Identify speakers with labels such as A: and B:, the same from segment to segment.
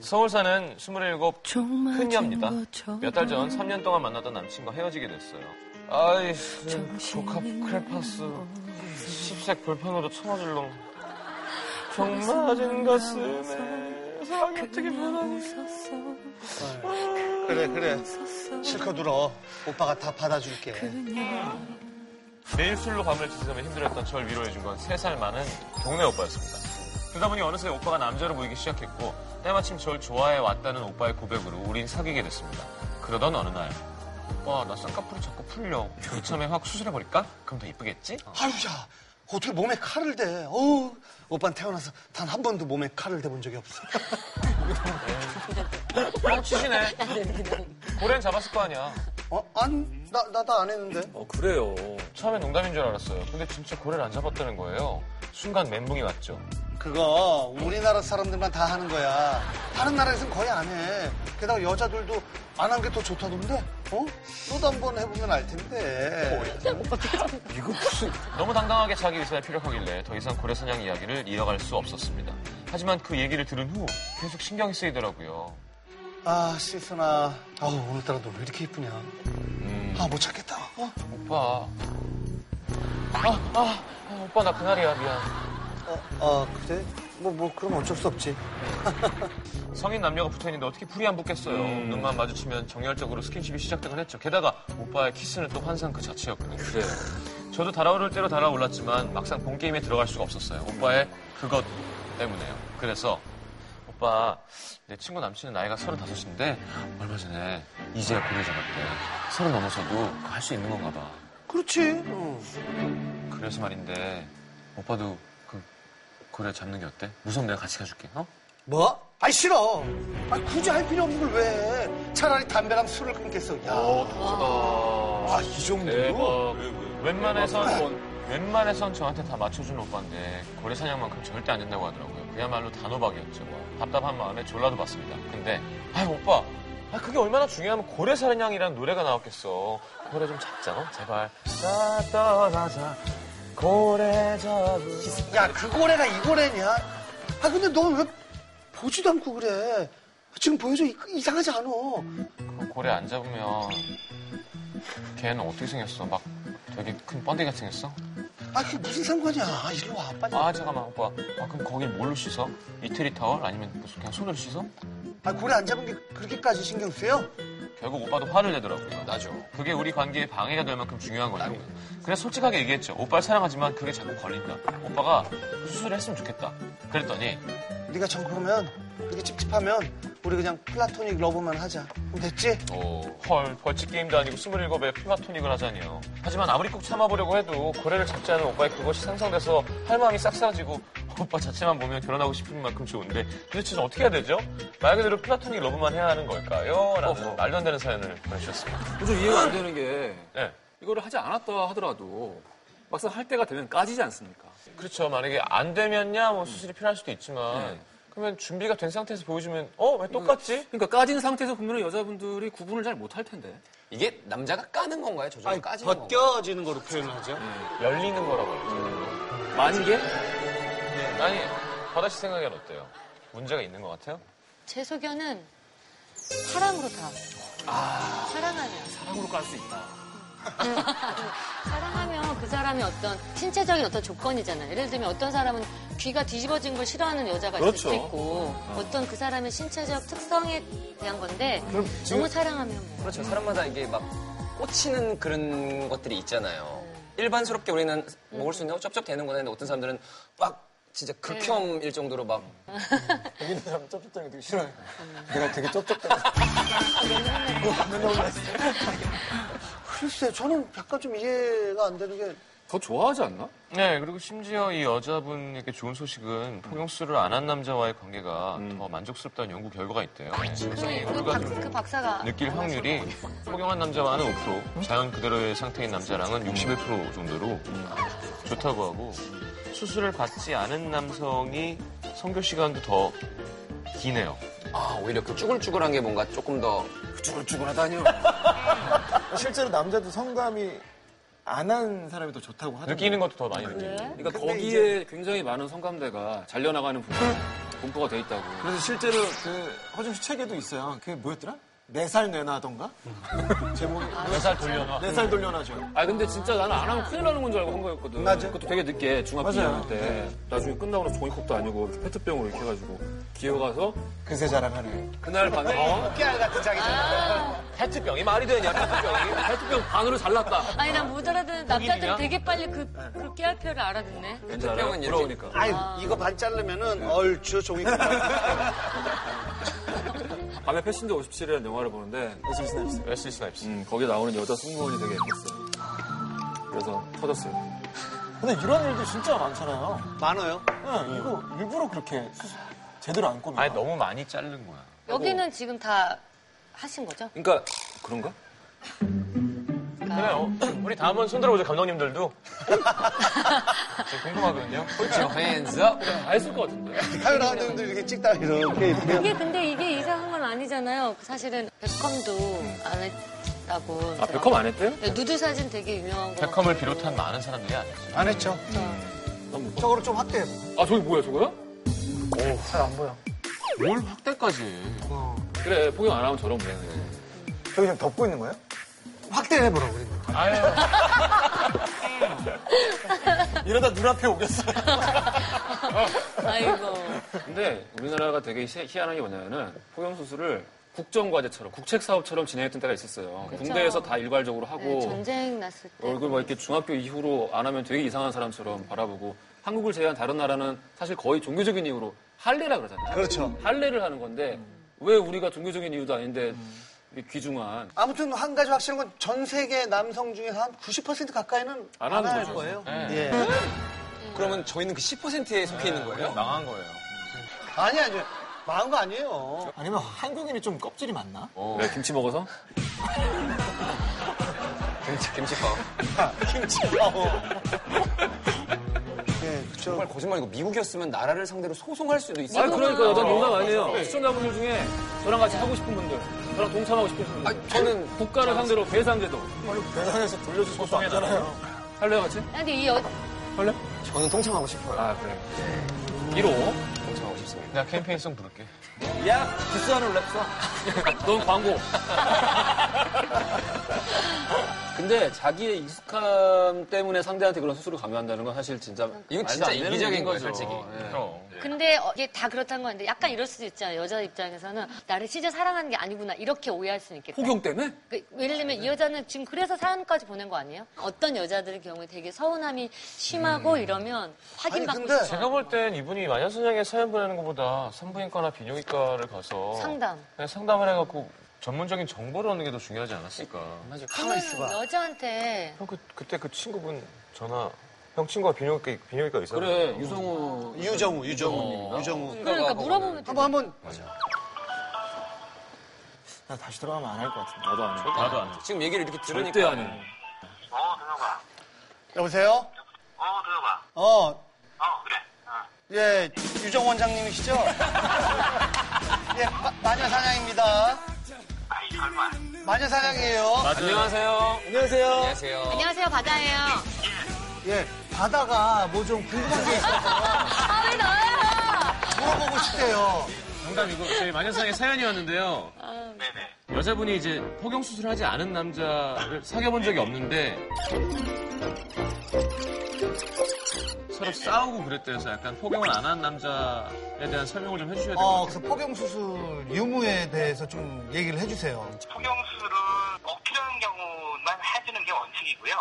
A: 서울 사는 27
B: 정말
C: 아,
A: 큰녀입니다.
C: 뭐
B: 것처럼
A: 몇 달 전 3년 동안 만나던 남친과 헤어지게 됐어요. 아이, 조카 크레파스. 십색 볼펜으로 쳐맞을 놈. 정 맞은 가슴에 사랑이 어떻게 변하니.
B: 웃었어
D: 그래 그래
B: 웃었어
D: 실컷 울어 오빠가 다 받아줄게
B: 그냥
A: 매일 술로 밤을 지새며 힘들었던 절 위로해준 건 3살 많은 동네 오빠였습니다. 그러다 보니 어느새 오빠가 남자로 보이기 시작했고 때마침 절 좋아해 왔다는 오빠의 고백으로 우린 사귀게 됐습니다. 그러던 어느 날 오빠 나 쌍꺼풀이 자꾸 풀려 이참에 확 수술해버릴까? 그럼 더 이쁘겠지?
D: 어. 아유야 어떻게 몸에 칼을 대 어우 오빠는 태어나서 단 한 번도 몸에 칼을 대본 적이 없어
A: 어, 치시네. 고래는 잡았을 거 아니야.
D: 어? 안? 나, 나, 나 안 했는데
E: 어, 그래요.
A: 처음엔 농담인 줄 알았어요. 근데 진짜 고래를 안 잡았다는 거예요. 순간 멘붕이 왔죠.
D: 그거 우리나라 사람들만 다 하는 거야 다른 나라에선 거의 안해 게다가 여자들도 안 한 게 더 좋다던데 어? 너도 한 번 해보면 알 텐데
E: 이거 무슨.
A: 너무 당당하게 자기 의사에 피력하길래 더 이상 고래 사냥 이야기를 이어갈 수 없었습니다. 하지만 그 얘기를 들은 후 계속 신경이 쓰이더라고요.
D: 아 시선아 아우 오늘따라 너 왜 이렇게 이쁘냐
A: 음,
D: 아 못 찾겠다 어?
A: 오빠. 아, 아, 아, 오빠 나 그날이야 미안.
D: 어, 어 그래? 뭐, 뭐 그럼 어쩔 수 없지
A: 성인 남녀가 붙어있는데 어떻게 풀이 안 붙겠어요. 눈만 마주치면 정열적으로 스킨십이 시작되곤 했죠. 게다가 오빠의 키스는 또 환상 그 자체였거든요. 네.
E: 그래요.
A: 저도 달아오를 대로 달아올랐지만 막상 본 게임에 들어갈 수가 없었어요. 오빠의 그것 때문에요. 그래서 오빠 내 친구 남친은 나이가 35인데 얼마 전에 이제야 고를 잡았대. 서른 넘어서도 할 수 있는 건가 봐.
D: 그렇지 응.
A: 그래서 말인데 오빠도 그 고래 잡는 게 어때? 무서움 내가 같이 가줄게. 어?
D: 뭐? 아이 싫어. 아이 굳이 할 필요 없는 걸 왜? 해? 차라리 담배랑 술을 끊겠어. 야.
A: 아,
D: 아이 정도로?
A: 뭐, 웬만해선 웬만해선 저한테 다 맞춰준 오빠인데 고래 사냥만큼 절대 안 된다고 하더라고요. 그야말로 단호박이었죠. 뭐, 답답한 마음에 졸라도 봤습니다. 근데 아 오빠, 아 그게 얼마나 중요하면 고래 사냥이라는 노래가 나왔겠어. 고래 좀 잡자, 어? 제발. 자 떠나자 고래 잡으.
D: 야, 그 고래가 이 고래냐? 아 근데 넌 왜 보지도 않고 그래? 지금 보여줘 이- 이상하지 않아.
A: 그럼 고래 안 잡으면 걔는 어떻게 생겼어? 막 되게 큰 번데기 같이 생겼어?
D: 아 그게 무슨 상관이야? 이리 와 빨리.
A: 아 잠깐만 오빠 아 그럼 거길 뭘로 씻어? 이태리 타월 아니면 무슨 그냥 손으로 씻어?
D: 아 고래 안 잡은 게 그렇게까지 신경 쓰여?
A: 결국 오빠도 화를 내더라고요 나죠 그게 우리 관계에 방해가 될 만큼 중요한 거죠 그래서 솔직하게 얘기했죠 오빠를 사랑하지만 그게 자꾸 걸린다 오빠가 수술을 했으면 좋겠다 그랬더니
D: 네가 정 그러면 그렇게 찝찝하면 우리 그냥 플라토닉 러브만 하자. 그럼 됐지?
A: 어, 오헐 벌칙 게임도 아니고 27에 피마토닉을 하자니요 하지만 아무리 꾹 참아보려고 해도 고래를 잡지 않은 오빠의 그것이 상상돼서 할 마음이 싹 사라지고 오빠 자체만 보면 결혼하고 싶은 만큼 좋은데 도대체 저 어떻게 해야 되죠? 말 그대로 피마토닉 러브만 해야 하는 걸까요? 라는
E: 어허.
A: 말도 안 되는 사연을 보내주셨습니다
E: 좀 이해가 안 되는 게,
A: 네.
E: 이거를 하지 않았다 하더라도, 막상 할 때가 되면 까지지 않습니까?
A: 그렇죠. 만약에 안 되면야 뭐 수술이 필요할 수도 있지만
E: 네.
A: 그러면 준비가 된 상태에서 보여주면 어 왜 똑같지?
E: 그러니까 까진 상태에서 보면 여자분들이 구분을 잘 못 할 텐데.
F: 이게 남자가 까는 건가요? 저절로 까지는 건가요?
D: 벗겨지는 거로 표현을 하죠.
A: 열리는 거라고 해요.
E: 만개?
A: 아니 바다 씨 생각엔 어때요? 문제가 있는 것 같아요?
C: 제 소견은 사랑으로 다. 사랑하면. 네.
E: 사랑으로 깔 수 있다.
C: 사랑하면 그 사람의 어떤 신체적인 어떤 조건이잖아요. 예를 들면 어떤 사람은 귀가 뒤집어진 걸 싫어하는 여자가 있을 수도
E: 그렇죠.
C: 있고 어. 떤 그 사람의 신체적 특성에 대한 건데 너무 사랑하면 뭐.
F: 그렇죠. 사람마다 이게 막 꽂히는 그런 것들이 있잖아요. 일반스럽게 우리는 먹을 수 있는 거 쩝쩝 되는 거나 했는데 어떤 사람들은 막 진짜 극혐일 정도로 막
D: 글쎄, 저는 약간 좀 이해가 안 되는 게
E: 더 좋아하지 않나?
A: 네 그리고 심지어 이 여자분에게 좋은 소식은 폭염수를 안 한 남자와의 관계가 더 만족스럽다는 연구 결과가 있대요.
C: 저희
A: 네.
C: 그, 박, 그 박사가
A: 느낄 확률이 폭염한 남자와는 5%, 자연 그대로의 상태인 남자랑은 61% 정도로 좋다고 하고 수술을 받지 않은 남성이 성교 시간도 더 기네요.
F: 아, 오히려 그 쭈글쭈글한 게 뭔가 조금 더
E: 쭈글쭈글하다니요.
G: 실제로 남자도 성감이 안 한 사람이 더 좋다고 하더라고요.
A: 느끼는 것도 더 많이 느끼고.
C: 그래?
E: 그러니까 거기에 굉장히 많은 성감대가 잘려나가는 분들. 공포가 돼 있다고.
G: 그래서 실제로 그 허준 씨 책에도 있어요. 그게 뭐였더라? 네 살 내놔던가? 제목이
A: 아, 몇살 돌려놔.
G: 네 살 돌려놔줘.
E: 아 근데 진짜 나는 안 하면 큰일 나는 건 줄 알고 한 거였거든.
G: 맞아.
E: 그것도 되게 늦게 중학교
G: 맞아요.
E: 2학년
G: 네.
E: 때 나중에 끝나고 나서 종이컵도 아니고 이렇게 페트병으로 이렇게 해가지고 기어가서
G: 그새 자랑하네.
E: 그날 밤에
D: 깨알 같은 자기잖아.
F: 페트병이 말이 되냐, 페트병이.
E: 페트병 반으로 잘랐다.
C: 아니 난 못 알아듣는 남자들은
E: 일이냐?
C: 되게 빨리 그,
E: 네.
C: 그 깨알표를 알아듣네.
F: 페트병은 이렇게
E: 부러우니까.
D: 아유, 이거 반 자르면은 얼추 종이
E: 밤에 패신저 57이라는 영화를 보는데
G: 예술 스냅스.
A: 웨슬리 스나이프스.
E: 음, 거기에 나오는 여자 승무원이 되게 예뻤어요. 그래서 터졌어요.
G: 근데 이런 일도 진짜 많잖아요.
D: 많아요.
G: 네, 이거 일부러 그렇게 수- 제대로 안 꾸며.
A: 음. 아니 너무 많이 자른 거야.
C: 여기는 지금 다 하신 거죠?
E: 그러니까 그런가? 그러니까.
A: 그래요. 우리 다음은 손들어보죠 감독님들도. 저 궁금하거든요.
F: Put your hands up.
E: 다 했을 것 같은데.
D: 카메라 감독님도 이렇게 찍다 이렇게 이렇게.
C: 이게 근데 이게 이상한 건 아니잖아요. 사실은 백컴도 안 했다고.
E: 음.
C: 네,
E: 아 백컴 안 했대요?
C: 누드 사진 되게 유명한 거.
A: 백컴을 비롯한 많은 사람들이 안 했죠.
D: 안 했죠. 저거를 좀 확대해.
E: 아 저기 뭐야 저거야?
G: 잘 안 보여.
A: 뭘 확대까지 해.
E: 그래 포경 안 하면 저런 모양이야.
G: 저기 지금 덮고 있는 거예요?
D: 확대해 보라고 그래.
A: 아유.
G: 이러다 눈앞에 오겠어요.
C: 아이고.
E: 근데 우리나라가 되게 희- 희한한 게 뭐냐면은 포경 수술을 국정과제처럼 국책 사업처럼 진행했던 때가 있었어요. 군대에서 다 일괄적으로
C: 네,
E: 하고
C: 전쟁 났을 때.
E: 얼굴 막 이렇게 중학교 이후로 안 하면 되게 이상한 사람처럼 바라보고 한국을 제외한 다른 나라는 사실 거의 종교적인 이유로 할례라 그러잖아요.
D: 그렇죠.
E: 할례를 하는 건데 왜 우리가 종교적인 이유도 아닌데 이 귀중한
D: 아무튼 한 가지 확실한 건 전 세계 남성 중에서 한 90% 가까이는
E: 안
D: 안,
E: 하는
D: 할
E: 거죠.
D: 거예요.
A: 네.
D: 예.
F: 그러면 저희는 그 10%에 속해 있는 거예요?
A: 망한 거예요.
D: 아니 아니. 망한 거 아니에요.
G: 아니면 한국인이 좀 껍질이 많나?
E: 왜 김치 먹어서
F: 김치, 김치빵.
D: 예, 그렇죠.
F: 정말 거짓말이고 미국이었으면 나라를 상대로 소송할 수도 있어요.
E: 아 그러니까요. 난 농담 아니에요. 시청자분들 중에 저랑 같이 하고 싶은 분들, 저랑 동참하고 싶은 분들.
F: 아니, 저는
E: 국가를 상대로 배상제도
G: 원래 배당에서 돌려줄 것도 아니잖아요.
E: 할래요 같이?
C: 근데 이 여,
E: 할래?
F: 저는 통창하고 싶어요.
E: 아 그래. 1호.
F: 통창하고 싶습니다.
A: 나 캠페인송 부를게.
E: 야 기스하는 랩사. 넌 광고.
F: 근데 자기의 익숙함 때문에 상대한테 그런 수술을 강요한다는 건 사실 진짜 이건 진짜 이기적인 거죠. 예.
A: 어, 그럼.
C: 근데 어, 이게 다 그렇다는 건데 약간 이럴 수도 있잖아요. 여자 입장에서는 나를 진짜 사랑하는 게 아니구나 이렇게 오해할 수는 있겠다.
E: 포경 때문에?
C: 그, 예를 들면 이 여자는 지금 그래서 사연까지 보낸 거 아니에요? 어떤 여자들의 경우에 되게 서운함이 심하고 이러면 확인받고
D: 음. 근데
C: 싶어.
A: 제가 볼 땐 이분이 마녀선양에 사연 보내는 것보다 산부인과나 비뇨기과를 가서
C: 어. 상담.
A: 그냥 상담을 해갖고 전문적인 정보를 얻는 게 더 중요하지 않았을까.
D: 가만히 있어봐.
C: 여자한테
A: 형 그, 그때 그 친구분 전화 형 친구가 비뇨기, 비뇨기과 있었는데
E: 그래 유성우.
D: 유정우, 유정우, 유정우.
C: 그러니까 물어보면
D: 한번 한번
G: 나 다시 돌아가면 안 할 것 같은데.
E: 나도 안 해.
A: 나도 안 돼.
F: 지금 얘기를 이렇게 들으니까
E: 절대 안 해.
B: 어, 들어봐.
D: 여보세요.
B: 어, 들어봐.
D: 어,
B: 어, 그래. 어.
D: 예, 유정 원장님이시죠? 예, 마- 마녀 사냥입니다.
B: 아이, 설마.
D: 마녀 사냥이에요.
F: 안녕하세요. 안녕하세요. 안녕하세요.
C: 안녕하세요 바다예요.
D: 예, 바다가 뭐 좀 궁금한 게 있어서
C: 아 왜 나예요?
D: 물어보고 싶대요.
A: 그 농담이고 저희 마녀선양의 사연이었는데요.
B: 네네.
A: 여자분이 이제 포경 수술하지 않은 남자를 사귀어본 적이 없는데 서로 싸우고 그랬대서 약간 포경을 안 한 남자에 대한 설명을 좀 해주셔야 될 것 같아요.
D: 어, 그래서 포경 수술 유무에 대해서 좀 얘기를 해주세요.
B: 포경술은 꼭 필요한 경우만 해주는 게 원칙이고요.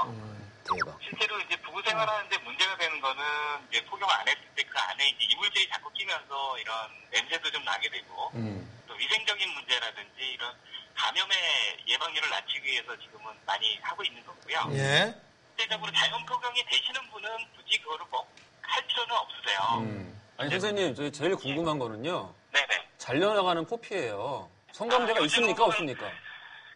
B: 실제로 이제 부부 생활하는데 문제가 되는 거는 이제 포경 안 했을 때 그 안에 이제 이물질이 자꾸 끼면서 이런 냄새도 좀 나게 되고 또 위생적인 문제라든지 이런 감염의 예방률을 낮추기 위해서 지금은 많이 하고 있는 거고요.
D: 예.
B: 실제적으로 자연 포경이 되시는 분은 굳이 그거를 꼭 할 필요는 없으세요.
F: 아니 선생님 저희 제일 궁금한 거는요.
B: 네네.
F: 잘려나가는 포피예요. 성감대가 있습니까 없습니까?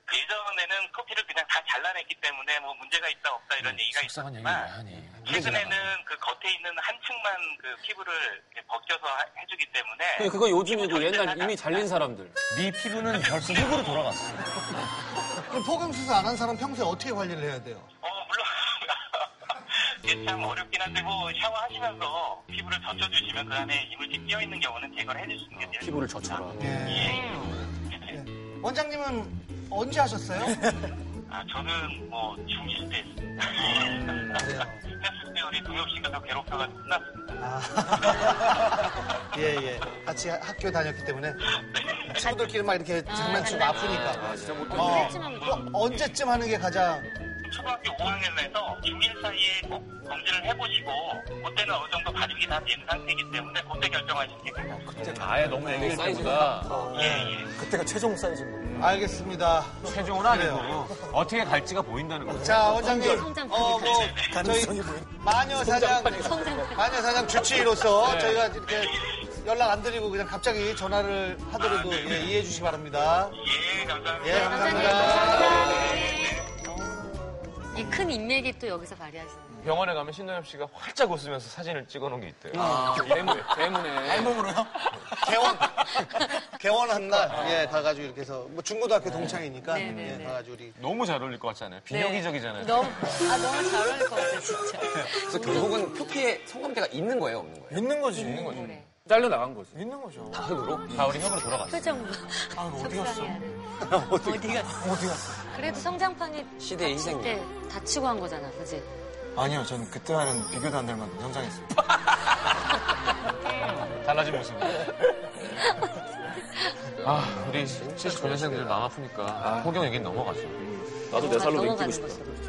B: 그 예전에는 커피를 그냥 다 잘라냈기 때문에 뭐 문제가 있다 없다 이런 얘기가
A: 음, 속상한 얘기를 왜
B: 있었지만
A: 하니.
B: 최근에는 그 겉에 있는 한 층만 그 피부를 이렇게 벗겨서 하- 해주기 때문에
E: 네,
F: 네, 그냥 그거 요즘이고 옛날 이미 잘린 사람들.
A: 네 피부는 벌써 흙으로 돌아갔어.
D: 그럼 포경 수술 안 한 사람 평소에 어떻게 관리를 해야 돼요?
B: 어 물론 어, 이게 참 어렵긴 한데 뭐 샤워하시면서 피부를 젖혀주시면 그 안에 이물질 끼어있는 경우는 제거를 해주시는 게 제일
E: 피부를 젖혀라.
D: 예, 원장님은 언제 하셨어요?
B: 아, 저는 뭐 중시 때 했습니다.
E: 아, 네.
B: 했을 때 우리 동엽 씨가 더 괴롭혀가지고 끝났습니다.
D: 아. 예, 예. 같이 하- 학교 다녔기 때문에 친구들끼리 막 이렇게 아, 장난치고 아프니까.
E: 진짜 못
D: 어,
C: 그랬지만 뭐.
D: 또 언제쯤 하는 게 가장
B: 초등학교 5학년에서 6일 사이에 꼭 검진을 해보시고 그때는 어느 정도 가족이 다 된 상태이기 때문에 그때 결정하시는 게 가장
A: 아예 너무 애기일 때보다
B: 예예.
G: 그때가 최종 사이즈인 거예요.
D: 알겠습니다.
A: 최종은 아니고 어떻게 갈지가 보인다는 거죠.
D: 자, 원장님.
C: 성장
D: 어, 뭐, 저희
G: 가능성이 보이네.
D: 마녀 사장,
C: 성장.
D: 마녀 사장 주치의로서 저희가 이렇게 연락 안 드리고 그냥 갑자기 전화를 하더라도 예, 이해해 주시기 바랍니다.
B: 예, 감사합니다.
D: 예,
C: 원장님
D: 감사합니다.
C: 감사합니다. 어. 이 큰 인맥이 또 여기서 발휘하시네요.
A: 병원에 가면 신동엽 씨가 활짝 웃으면서 사진을 찍어놓은 게 있대요.
E: 아, 때문에, 때문에.
G: 알몸으로요?
D: 개원, 개원한 날, 예, 가가지고 이렇게 해서, 뭐 중고등학교 동창이니까,
C: 아. 네, 네,
D: 예,
C: 네.
D: 가가지고 우리
A: 너무 잘 어울릴 것 같지
B: 네.
A: 않아요?
D: 네.
A: 비여기적이잖아요.
C: 너무, 아, 너무 잘 어울릴 것 같아, 진짜.
F: 그래서 결국은 표피에 성감대가 있는 거예요, 없는 거예요?
G: 있는 거지. 있는
D: 네.
G: 거지.
C: 그래.
E: 잘려 나간 거지.
G: 있는 거죠.
F: 한으로
A: 가을이 협으로 돌아갔어요.
C: 표정 봐.
G: 아, 이거 어디 갔어?
C: 어디 갔어?
G: 어디 갔어?
C: 그래도 성장판이
F: 시대의
C: 다칠 때 다치고 한 거잖아, 그지?
G: 아니요, 저는 그때와는 비교도 안 닮은 현장했어요.
A: 달라진 모습. 아, 우리 79년생들 마음 아프니까 포경 얘기는 넘어가죠.
E: 나도 내 살로
C: 넘어가는
E: 맹기고 싶다.
C: 거지.